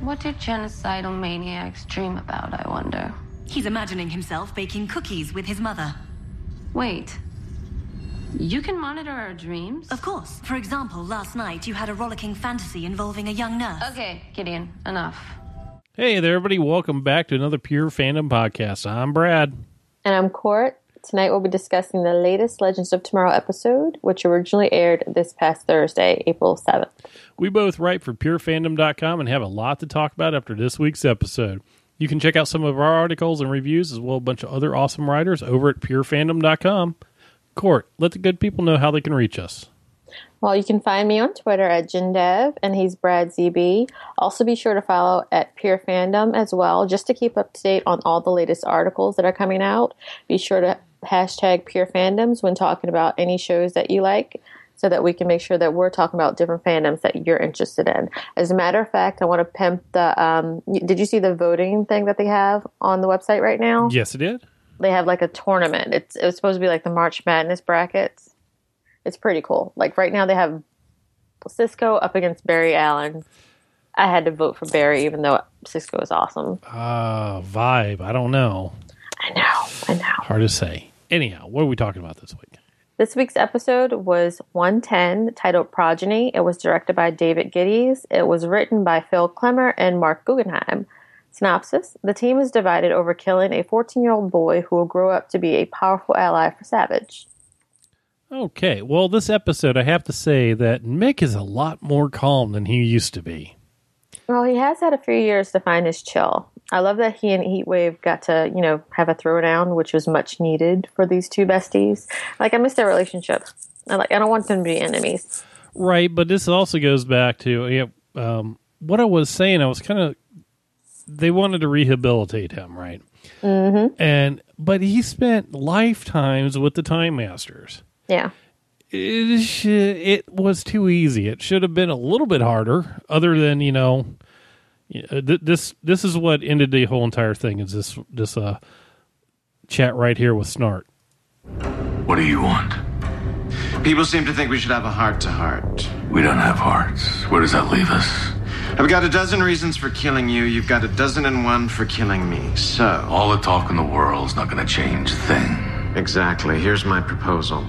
What do genocidal maniacs dream about, I wonder? He's imagining himself baking cookies with his mother. Wait. You can monitor our dreams? Of course. For example, last night you had a rollicking fantasy involving a young nurse. Okay, Gideon, enough. Hey there, everybody. Welcome back to another Pure Fandom podcast. I'm Brad. And I'm Court. Tonight we'll be discussing the latest Legends of Tomorrow episode, which originally aired this past Thursday, April 7th. We both write for purefandom.com and have a lot to talk about after this week's episode. You can check out some of our articles and reviews, as well as a bunch of other awesome writers over at purefandom.com. Court, let the good people know how they can reach us. Well, you can find me on Twitter at Jindev, and he's Brad ZB. Also, be sure to follow at Pure Fandom as well, just to keep up to date on all the latest articles that are coming out. Be sure to hashtag Pure Fandoms when talking about any shows that you like, so that we can make sure that we're talking about different fandoms that you're interested in. As a matter of fact, I want to pimp the. Um, y- did you see the voting thing that they have on the website right now? Yes, it did. they have like a tournament. It's it was supposed to be like the March Madness brackets. It's pretty cool. Like right now they have Cisco up against Barry Allen. I had to vote for Barry even though Cisco is awesome. Uh, vibe. I don't know. I know, I know. Hard to say. Anyhow, what are we talking about this week? This week's episode was 110, titled Progeny. It was directed by David Giddes. It was written by Phil Klemmer and Mark Guggenheim. Synopsis The team is divided over killing a 14 year old boy who will grow up to be a powerful ally for Savage. Okay, well, this episode, I have to say that Mick is a lot more calm than he used to be. Well, he has had a few years to find his chill. I love that he and Heatwave got to, you know, have a throwdown, which was much needed for these two besties. Like I miss their relationship. I like I don't want them to be enemies. Right, but this also goes back to yeah, um, what I was saying. I was kind of they wanted to rehabilitate him, right? Mm-hmm. And but he spent lifetimes with the Time Masters. Yeah. It sh- it was too easy. It should have been a little bit harder. Other than you know, y- uh, th- this this is what ended the whole entire thing. Is this this uh chat right here with Snart? What do you want? People seem to think we should have a heart to heart. We don't have hearts. Where does that leave us? I've got a dozen reasons for killing you. You've got a dozen and one for killing me. So. All the talk in the world's not going to change a thing. Exactly. Here's my proposal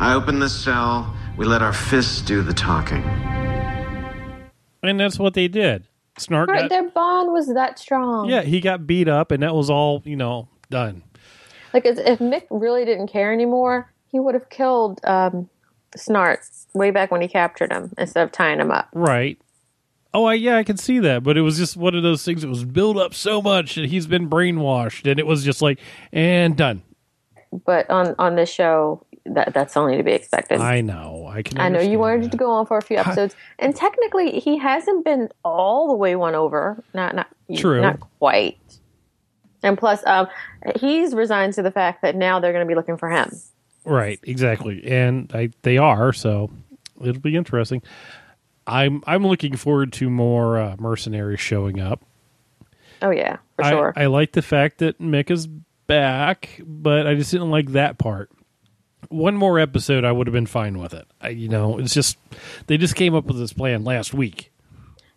I open the cell, we let our fists do the talking. And that's what they did. Snart Right, got- their bond was that strong. Yeah, he got beat up, and that was all you know done. Like as- if Mick really didn't care anymore, he would have killed um, Snart way back when he captured him instead of tying him up. Right. Oh, I, yeah, I can see that, but it was just one of those things that was built up so much that he's been brainwashed, and it was just like and done. But on on this show, that that's only to be expected. I know. I can. I know you understand wanted that. to go on for a few episodes, and technically, he hasn't been all the way won over. Not not True. not quite. And plus, um, he's resigned to the fact that now they're going to be looking for him. Right. Exactly. And I, they are so. It'll be interesting. I'm I'm looking forward to more uh, mercenaries showing up. Oh yeah, for I, sure. I like the fact that Mick is back, but I just didn't like that part. One more episode, I would have been fine with it. I, you know, it's just they just came up with this plan last week.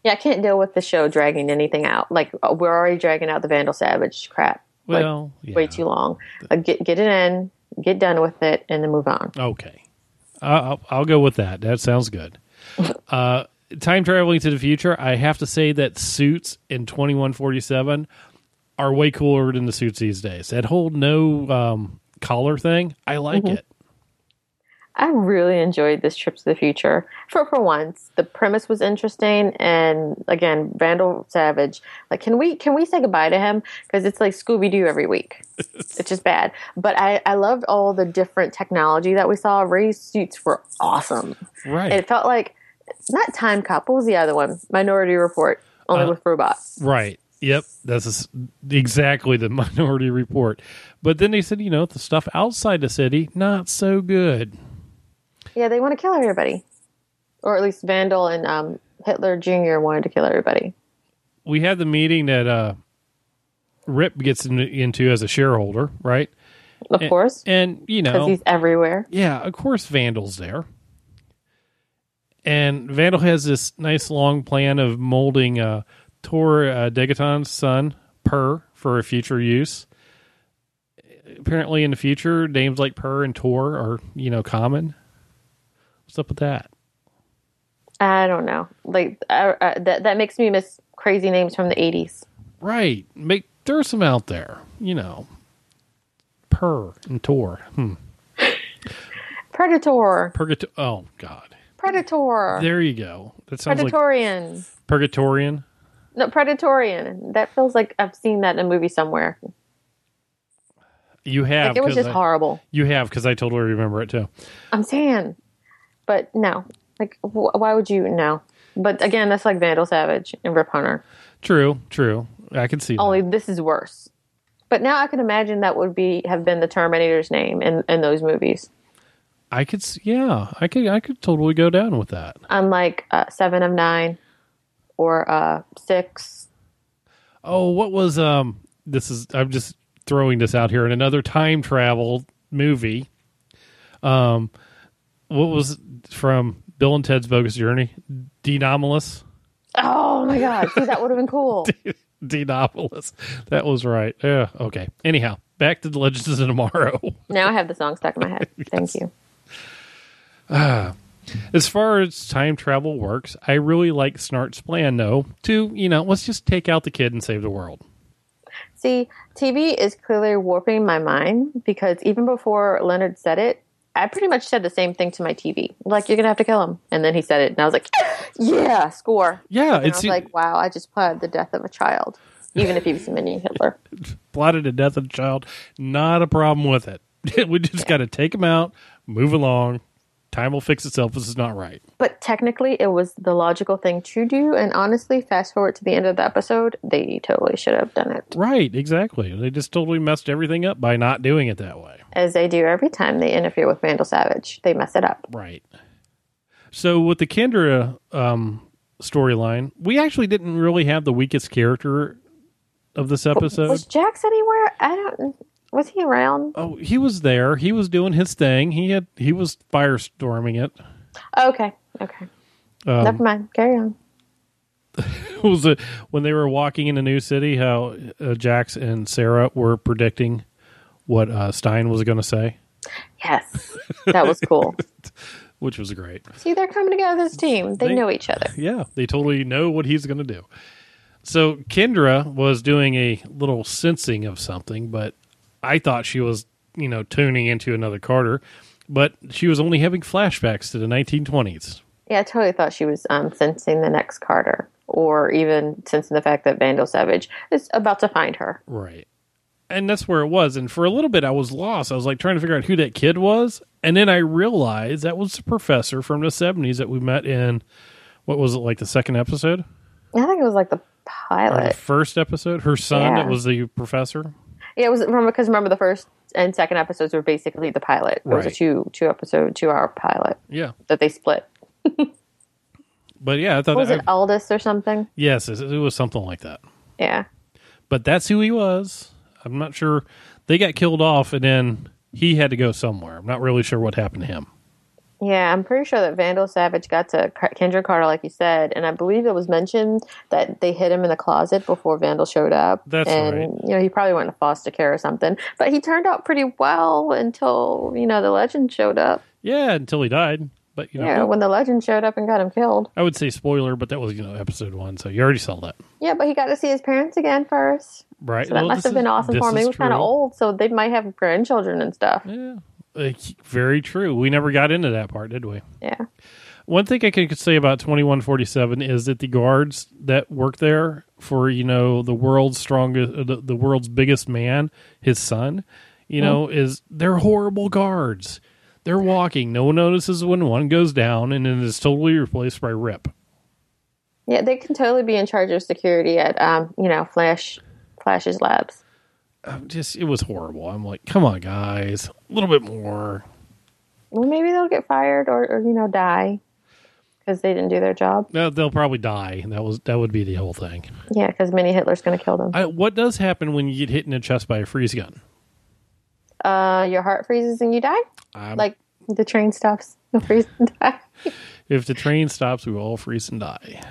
yeah, I can't deal with the show dragging anything out. Like uh, we're already dragging out the Vandal Savage crap. like, Well, yeah. way too long. Like, get get it in, get done with it, and then move on. Okay, I- I'll, I'll go with that. That sounds good. uh, time traveling to the future. I have to say that suits in twenty one forty seven are way cooler than the suits these days. That whole no um, collar thing, I like Mm-hmm. it. I really enjoyed this trip to the future for for once. The premise was interesting, and again, Randall Savage. Like, can we can we say goodbye to him? Because it's like Scooby Doo every week. it's just bad. But I I loved all the different technology that we saw. Ray's suits were awesome. Right. It felt like not Time Cop. What was the other one? Minority Report, only Uh, with robots. Right. Yep. That's s- exactly the minority report. But then they said, you know, the stuff outside the city, not so good. Yeah, they want to kill everybody, or at least Vandal and um, Hitler Jr. wanted to kill everybody. We had the meeting that uh, Rip gets in, into as a shareholder, right? Of course, And, you because know, he's everywhere. yeah, of course Vandal's there. And Vandal has this nice long plan of molding uh, Tor uh, Degaton's son, Per, for future use. Apparently, in the future, names like Per and Tor are you know common. What's up with that? I don't know. Like I, I, that that makes me miss crazy names from the 80s. Right, make there's some out there, you know. Per and Tor, hmm. Predator. Purgato- Oh God, Predator. there you go. That sounds like Predatorian. Purgatorian. no, Predatorian. That feels like I've seen that in a movie somewhere. You have like it was 'cause just I- horrible. You have because I totally remember it too. I'm saying, but no. Like, wh- why would you no? But again, that's like Vandal Savage and Rip Hunter. True, true. I can see. that. Only this is worse. But now I can imagine that would be have been the Terminator's name in, in those movies. I could. s- Yeah, I could. I could totally go down with that. Unlike uh, Seven of Nine or uh, Six. Oh, what was um? This is. I'm just throwing this out here in another time travel movie. Um, what was from Bill and Ted's Bogus Journey? Denomalous. Oh my God! See, that would have been cool. Denomalous. That was right. Yeah. Okay. Anyhow, back to the Legends of Tomorrow. now I have the song stuck in my head. Thank you. As far as time travel works, I really like Snart's plan, though. To you know, let's just take out the kid and save the world. See, TV is clearly warping my mind because even before Leonard said it, I pretty much said the same thing to my TV. Like, you're going to have to kill him. And then he said it. And I was like, yeah, score. Yeah, And I it's was like, wow, I just plotted the death of a child, even if he was a mini Hitler. plotted to death of a child. Not a problem with it. we just got to take him out, move along. Time will fix itself. This is not right. But technically, it was the logical thing to do. And honestly, fast forward to the end of the episode, they totally should have done it, Right, exactly. They just totally messed everything up by not doing it that way. as they do every time they interfere with Randall Savage. They mess it up. Right. So with the Kendra um, storyline, we actually didn't really have the weakest character of this episode. Was Jax anywhere? I don't. Was he around? oh, he was there. He was doing his thing. He had he was firestorming it. Oh, Okay. Okay. Um, Never mind. Carry on. It was a, when they were walking in a new city how uh, Jax and Sarah were predicting what uh, Stein was going to say, Yes. That was cool. which was great. See, they're coming together as a team. They, They- know each other. Yeah, they totally know what he's going to do. So Kendra was doing a little sensing of something, but I thought she was, you know, tuning into another Carter, but she was only having flashbacks to the 1920s. Yeah, I totally thought she was um, sensing the next Carter or even sensing the fact that Vandal Savage is about to find her. Right. And that's where it was. And for a little bit, I was lost. I was like trying to figure out who that kid was. And then I realized that was the professor from the 70s that we met in, what was it, like the second episode? I think it was like the Or the pilot. first episode? Her son that Yeah. was the professor? Yeah, it was remember because remember the first and second episodes were basically the pilot. It was a Right. two two episode two hour pilot Yeah. that they split. But yeah, I thought Was that, it Aldous or something? yes, it, it was something like that. Yeah. But that's who he was. I'm not sure. They got killed off and then he had to go somewhere. I'm not really sure what happened to him. Yeah, I'm pretty sure that Vandal Savage got to Car- Kendra Carter, like you said, and I believe it was mentioned that they hid him in the closet before Vandal showed up. That's and, right. You know, he probably went to foster care or something, but he turned out pretty well until you know the legend showed up. Yeah, until he died. But, you know, Yeah, when the legend showed up and got him killed. I would say spoiler, but that was, you know, episode one. So you already saw that. Yeah, but he got to see his parents again first. Right. So that Well, this must have been is- awesome this for him. He is was kind of true. old, so they might have grandchildren and stuff. Yeah. Like, very true. We never got into that part, did we? Yeah. One thing I could could say about 2147 is that the guards that work there for, you know, the world's strongest, uh, the, the world's biggest man, his son, you know, Mm-hmm. is they're horrible guards. They're walking. No one notices when one goes down and then is totally replaced by Rip. Yeah, they can totally be in charge of security at um, you know, Flash Flash's labs. I'm just, it was horrible. I'm like, come on, guys, a little bit more. Well, maybe they'll get fired or, or you know, die because they didn't do their job. No, they'll probably die. That was that would be the whole thing. Yeah, because mini Hitler's going to kill them. I, what does happen when you get hit in the chest by a freeze gun? uh, your heart freezes and you die. Um, Like the train stops, you'll freeze and die. if the train stops, we will all freeze and die.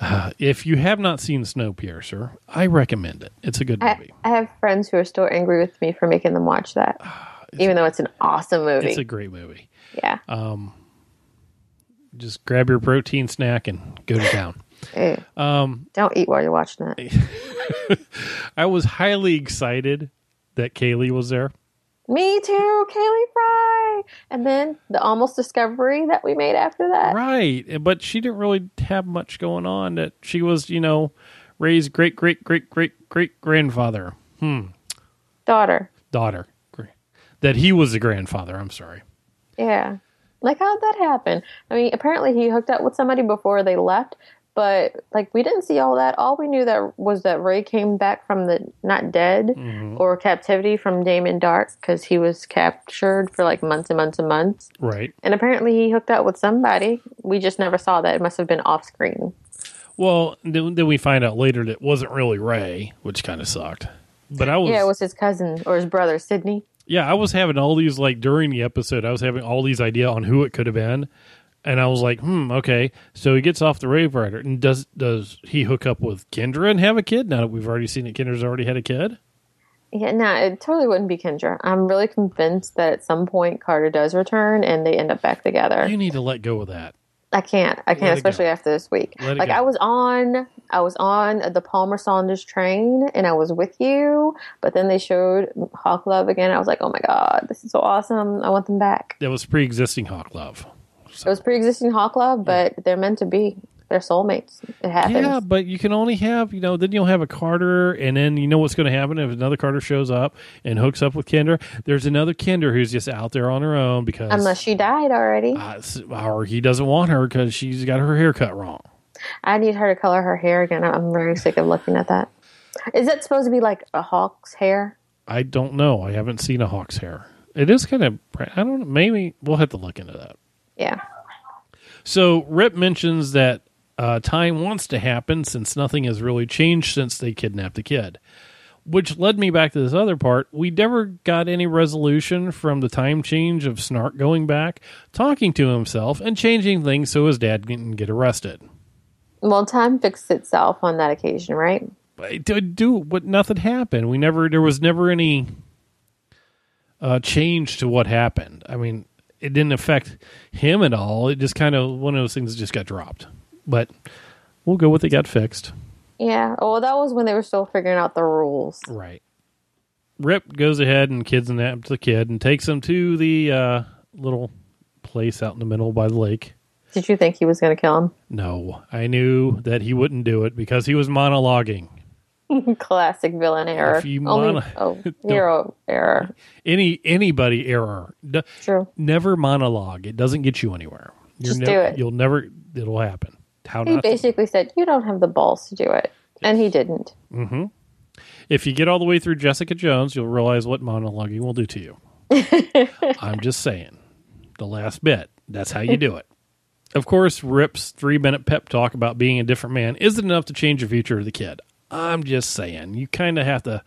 Uh, If you have not seen Snowpiercer, I recommend it. It's a good I, movie. I have friends who are still angry with me for making them watch that, even though it's an awesome movie. It's a uh, great movie. yeah. Just grab your protein snack and go to town. Ew. Don't eat while you're watching that. I was highly excited that Kaylee was there. Me too, Kaylee Fry. And then the almost discovery that we made after that. Right. But she didn't really have much going on that she was, you know, Ray's great great great great great grandfather. Daughter. Daughter. Gr- That he was the grandfather, I'm sorry. Yeah. Like, how'd that happen? I mean, apparently he hooked up with somebody before they left, but like, we didn't see all that. All we knew that was that Ray came back from the not dead or captivity from Damon Dark because he was captured for like months and months and months. Right. And apparently he hooked up with somebody. We just never saw that. It must have been off screen. Well, then, then we find out later that it wasn't really Ray, which kind of sucked. But I was Yeah, it was his cousin or his brother, Sydney. yeah, I was having all these like during the episode, I was having all these idea on who it could have been, and I was like, hmm, okay. So he gets off the Rave Rider, and does does he hook up with Kendra and have a kid? Now that we've already seen that Kendra's already had a kid. Yeah, no, it totally wouldn't be Kendra. I'm really convinced that at some point Carter does return and they end up back together. You need to let go of that. I can't. I Let can't, it especially go. after this week. Let it Like go. I was on, I was on the Palmer Saunders train, and I was with you. But then they showed Hawk Love again. I was like, oh my god, this is so awesome! I want them back. That was pre-existing Hawk Love. It was pre-existing Hawk Love, but they're meant to be. They're soulmates. It happens. Yeah, but you can only have you know. Then you'll have a Carter, and then you know what's going to happen if another Carter shows up and hooks up with Kendra. There's another Kendra who's just out there on her own because Unless she died already, uh, s- or he doesn't want her because she's got her hair cut wrong. I need her to color her hair again. I'm very sick of looking at that. Is it supposed to be like a hawk's hair? I don't know. I haven't seen a hawk's hair. It is kind of. I don't. know. Maybe we'll have to look into that. Yeah. So Rip mentions that uh, time wants to happen since nothing has really changed since they kidnapped the kid, which led me back to this other part. We never got any resolution from the time change of Snark going back, talking to himself, and changing things so his dad didn't get arrested. Well, time fixed itself on that occasion, right? But do, do what? Nothing happened. We never. There was never any uh, change to what happened. I mean, it didn't affect him at all. It just kind of one of those things that just got dropped. But we'll go with it got fixed. Yeah. Well, that was when they were still figuring out the rules. Right. Rip goes ahead and kidnaps the kid and takes him to the uh, little place out in the middle by the lake. Did you think he was going to kill No, I knew that he wouldn't do it because he was monologuing. him? Classic villain error. If you Only, wanna- oh, hero error. Any anybody error. D- True. never monologue. It doesn't get you anywhere. You're Just do it. You'll never. It'll happen. How He not? to- basically said, "You don't have the balls to do it," and he didn't. If you get all the way through Jessica Jones, you'll realize what monologuing will do to you. I'm just saying, the last bit. That's how you do it. Of course, Rip's three minute pep talk about being a different man isn't enough to change the future of the kid. I'm just saying, you kind of have to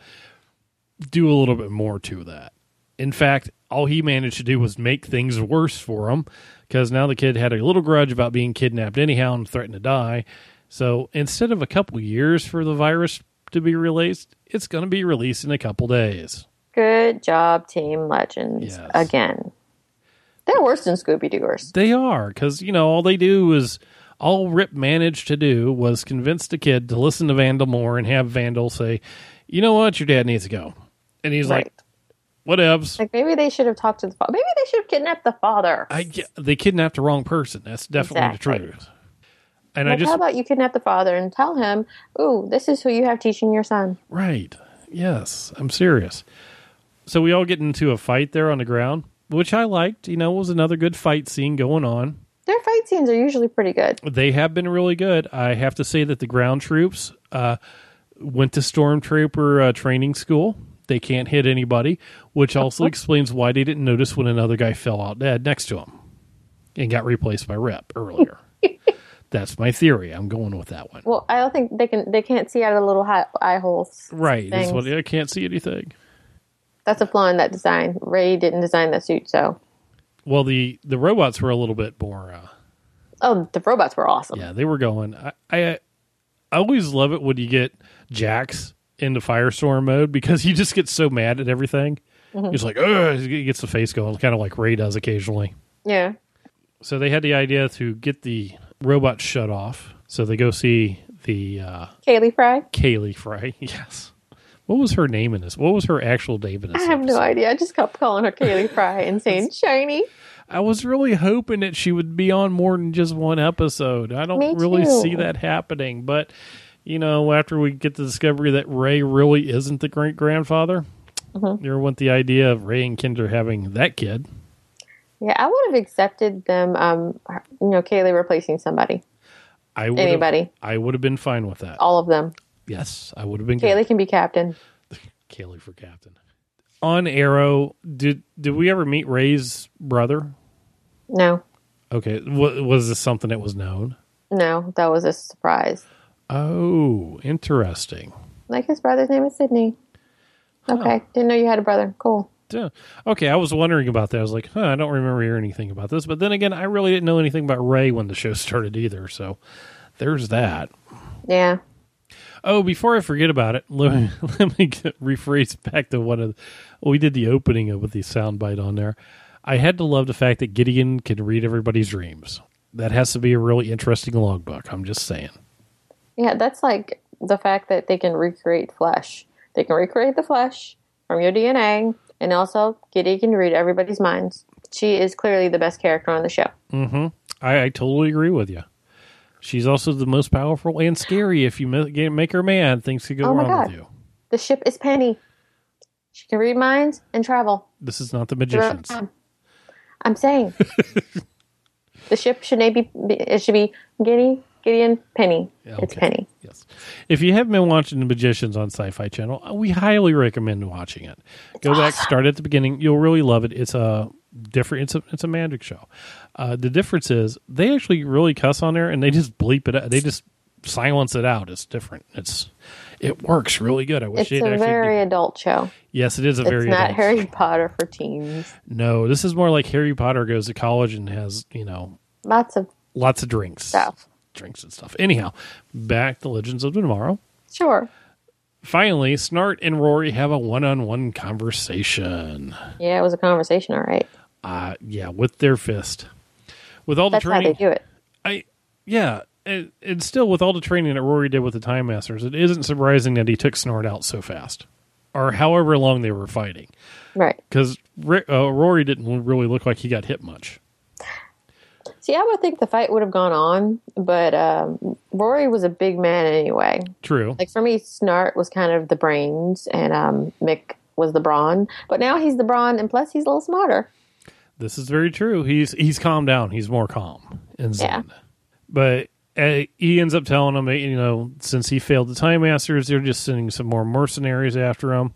do a little bit more to that. In fact, all he managed to do was make things worse for him because now the kid had a little grudge about being kidnapped anyhow and threatened to die. So instead of a couple years for the virus to be released, it's going to be released in a couple days. Good job, Team Legends. Yes. Again, they're worse than Scooby Dooers. They are because you know all they do is all Rip managed to do was convince the kid to listen to Vandal more and have Vandal say, "You know what, your dad needs to go," and he's Right. like, "Whatevs." Like maybe they should have talked to the father. Maybe they should have kidnapped the father. I ge- they kidnapped the wrong person. That's definitely the Exactly. truth. And I like, just how about you kidnap the father and tell him, "Ooh, this is who you have teaching your son." Right. Yes. I'm serious. So we all get into a fight there on the ground, which I liked. You know, it was another good fight scene going on. Their fight scenes are usually pretty good. They have been really good. I have to say that the ground troops uh, went to stormtrooper uh, training school. They can't hit anybody, which also explains why they didn't notice when another guy fell out dead next to him and got replaced by Rep earlier. That's my theory. I'm going with that one. Well, I don't think they can. They can't see out of the little hi- eye holes. Right. That's what, Thanks. I can't see anything. That's a flaw in that design. Ray didn't design that suit, so Well, the the robots were a little bit more. Uh, oh, the robots were awesome. yeah, they were going. I, I I always love it when you get Jax into firestorm mode because you just get so mad at everything. Mm-hmm. He's like, Ugh, he gets the face going, kind of like Ray does occasionally. Yeah. So they had the idea to get the robot shut off. So they go see the uh, Kaylee Fry? Kaylee Fry. Yes. What was her name in this? What was her actual name in this? I have no episode? idea. I just kept calling her Kaylee Fry and saying shiny. I was really hoping that she would be on more than just one episode. I don't Me really too. see that happening, but you know, after we get the discovery that Ray really isn't the great grandfather, Mm-hmm. you ever want the idea of Ray and Kinder having that kid? Yeah, I would have accepted them, um, her- you know, Kaylee replacing somebody. I would Anybody. I would have been fine with that. All of them. Yes, I would have been. Kaylee can be captain. good. Kaylee for captain. On Arrow, did did we ever meet Ray's brother? No, Okay, wa- was this something that was known? no, that was a surprise. Oh, interesting. Like his brother's name is Sydney. Okay, didn't know you had a brother. Cool. Yeah. Okay, I was wondering about that. I was like, huh, I don't remember hearing anything about this. But then again, I really didn't know anything about Ray when the show started either. So there's that. Yeah. Oh, before I forget about it, let me, let me get, rephrase back to one of the, we did the opening of with the soundbite on there. I had to love the fact that Gideon can read everybody's dreams. That has to be a really interesting logbook. I'm just saying. Yeah, that's like the fact that they can recreate flesh. They can recreate the flesh from your DNA, and also Giddy can read everybody's minds. She is clearly the best character on the show. I, I totally agree with you. She's also the most powerful and scary. If you ma- make her mad, things could go Oh my wrong God. with you. The ship is Penny. She can read minds and travel. This is not the throughout magicians. time. I'm saying the ship should maybe be, it should be Giddy, Gideon, Penny. It's okay. Penny. Yes. If you haven't been watching The Magicians on Sci Fi Channel, uh, we highly recommend watching it. Go back, start at the beginning. You'll really love it. It's a different. It's a it's a magic show. Uh, the difference is they actually really cuss on there, and they just bleep it. out. They just silence it out. It's different. It's it works really good. I wish It's they'd a actually. very do- adult show. yes, it is a very. it's not adult Harry show. Potter for teens. No, this is more like Harry Potter goes to college and has you know Lots of lots of drinks, stuff. drinks and stuff. Anyhow, back to Legends of Tomorrow. Sure. Finally, Snart and Rory have a one-on-one conversation. Yeah, it was a conversation, all right. Uh, yeah, with their fist. With all the That's how training, they do it. I yeah, and, and still with all the training that Rory did with the Time Masters, it isn't surprising that he took Snart out so fast, or however long they were fighting, Right. because uh, Rory didn't really look like he got hit much. See, I would think the fight would have gone on, but um, Rory was a big man anyway. True. Like for me, Snart was kind of the brains, and um, Mick was the brawn. But now he's the brawn, and plus he's a little smarter. This is very true. He's he's calmed down. He's more calm and zen. But uh, he ends up telling him, you know, since he failed the Time Masters, they're just sending some more mercenaries after him,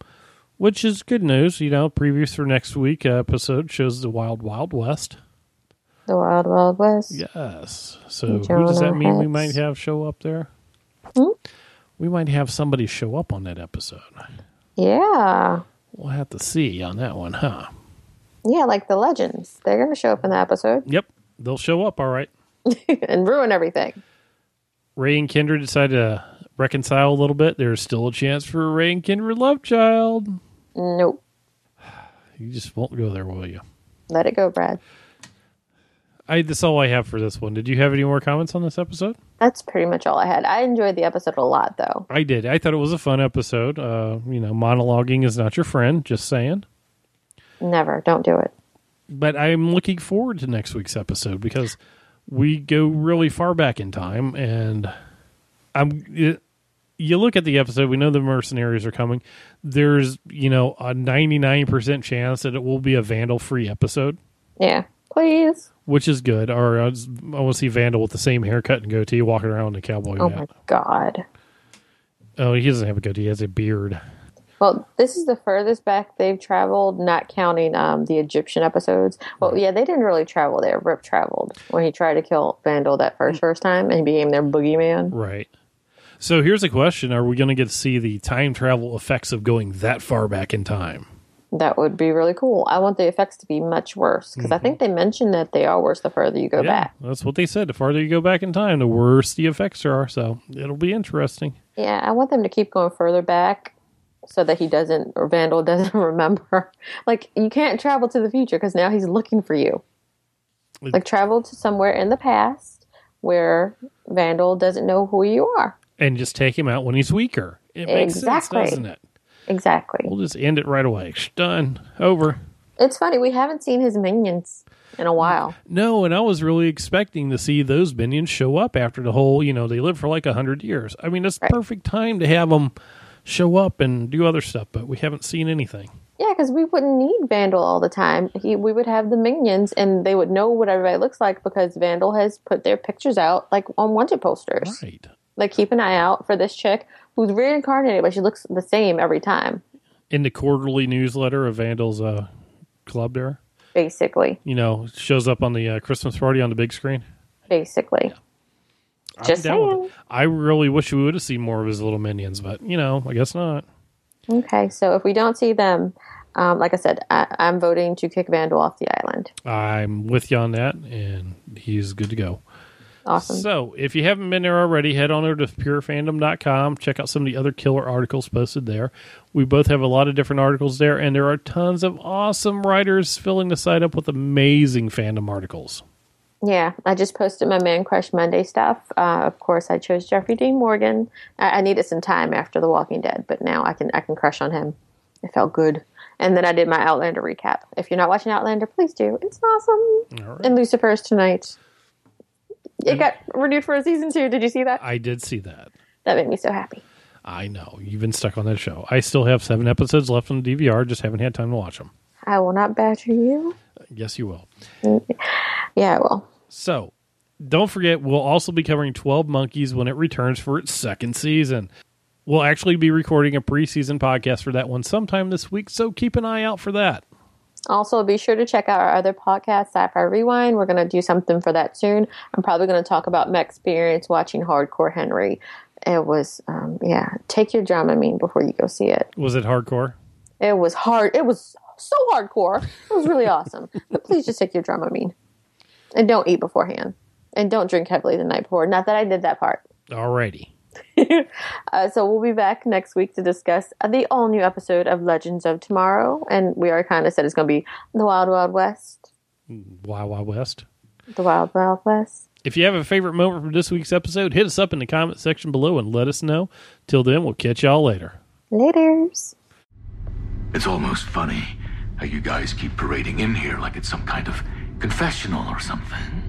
which is good news. You know, previews for next week uh, episode shows the Wild Wild West. The Wild Wild West. Yes. So who Jonah does that mean we Hex. might have show up there? We might have somebody show up on that episode. Yeah. We'll have to see on that one, huh? Yeah, like the legends. They're going to show up in the episode Yep. They'll show up, all right. and ruin everything. Ray and Kendra decide to reconcile a little bit, there's still a chance for a Ray and Kendra love child. Nope. You just won't go there, will you? Let it go, Brad. I that's all I have for this one. Did you have any more comments on this episode? That's pretty much all I had. I enjoyed the episode a lot, though. I did. I thought it was a fun episode. Uh, you know, monologuing is not your friend. Just saying. Never. Don't do it. But I'm looking forward to next week's episode because we go really far back in time, and I'm. It, you look at the episode. We know the mercenaries are coming. There's, you know, a 99% chance that it will be a vandal-free episode. Yeah. Please. which is good. Or I, just, I want to see Vandal with the same haircut and goatee walking around in a cowboy Oh, my hat. God. Oh, he doesn't have a goatee; he has a beard. Well, this is the furthest back they've traveled, not counting um, the Egyptian episodes. Well, yeah, they didn't really travel there. Rip traveled when he tried to kill Vandal that first first time and became their boogeyman. Right. So here's a question: Are we going to get to see the time travel effects of going that far back in time? That would be really cool. I want the effects to be much worse because I think they mentioned that they are worse the further you go Yeah, back. that's what they said. The farther you go back in time, the worse the effects are. So it'll be interesting. Yeah, I want them to keep going further back so that he doesn't or Vandal doesn't remember. Like you can't travel to the future because now he's looking for you. Like travel to somewhere in the past where Vandal doesn't know who you are. And just take him out when he's weaker. It makes Exactly. sense, doesn't it? Exactly. We'll just end it right away. Sh- Done. Over. It's funny we haven't seen his minions in a while. No, and I was really expecting to see those minions show up after the whole, you know, they lived for like a 100 years. I mean, it's Right. perfect time to have them show up and do other stuff, but we haven't seen anything. Yeah, because we wouldn't need Vandal all the time. He, we would have the minions, and they would know what everybody looks like because Vandal has put their pictures out like on wanted posters. Right. Like keep an eye out for this chick who's reincarnated, but she looks the same every time, In the quarterly newsletter of Vandal's uh, club there, basically. you know, shows up on the uh, Christmas party on the big screen. Basically, I'm Just down with it. saying. I really wish we would have seen more of his little minions, but, you know, I guess not. okay. So if we don't see them, um, like I said, I, I'm voting to kick Vandal off the island. I'm with you on that, and he's good to go. Awesome. So, if you haven't been there already, head on over to purefandom.com. Check out some of the other killer articles posted there. We both have a lot of different articles there, and there are tons of awesome writers filling the site up with amazing fandom articles. Yeah, I just posted my Man Crush Monday stuff. Uh, of course, I chose Jeffrey Dean Morgan. I, I needed some time after The Walking Dead, but now I can I can crush on him. It felt good. And then I did my Outlander recap. If you're not watching Outlander, please do. It's awesome. All right. And Lucifer's tonight. It got renewed for a season two. Did you see that? I did see that. That made me so happy. I know. You've been stuck on that show. I still have seven episodes left on the DVR, just haven't had time to watch them. I will not badger you. Yes, you will. Yeah, I will. So, don't forget, we'll also be covering 12 Monkeys when it returns for its second season. We'll actually be recording a preseason podcast for that one sometime this week, so keep an eye out for that. Also, be sure to check out our other podcast, Sci-Fi Rewind. We're going to do something for that soon. I'm probably going to talk about my experience watching Hardcore Henry. It was, um, yeah, take your Dramamine before you go see it. Was it hardcore? It was hard. It was so hardcore. It was really awesome. But please just take your Dramamine and don't eat beforehand and don't drink heavily the night before. Not that I did that part. Alrighty. Uh, so we'll be back next week to discuss the all new episode of Legends of Tomorrow, and we already kind of said it's going to be the Wild Wild West. Wild Wild West. The Wild Wild West. If you have a favorite moment from this week's episode, hit us up in the comment section below and let us know. Till then, we'll catch y'all later. Laters. It's almost funny how you guys keep parading in here like it's some kind of confessional or something.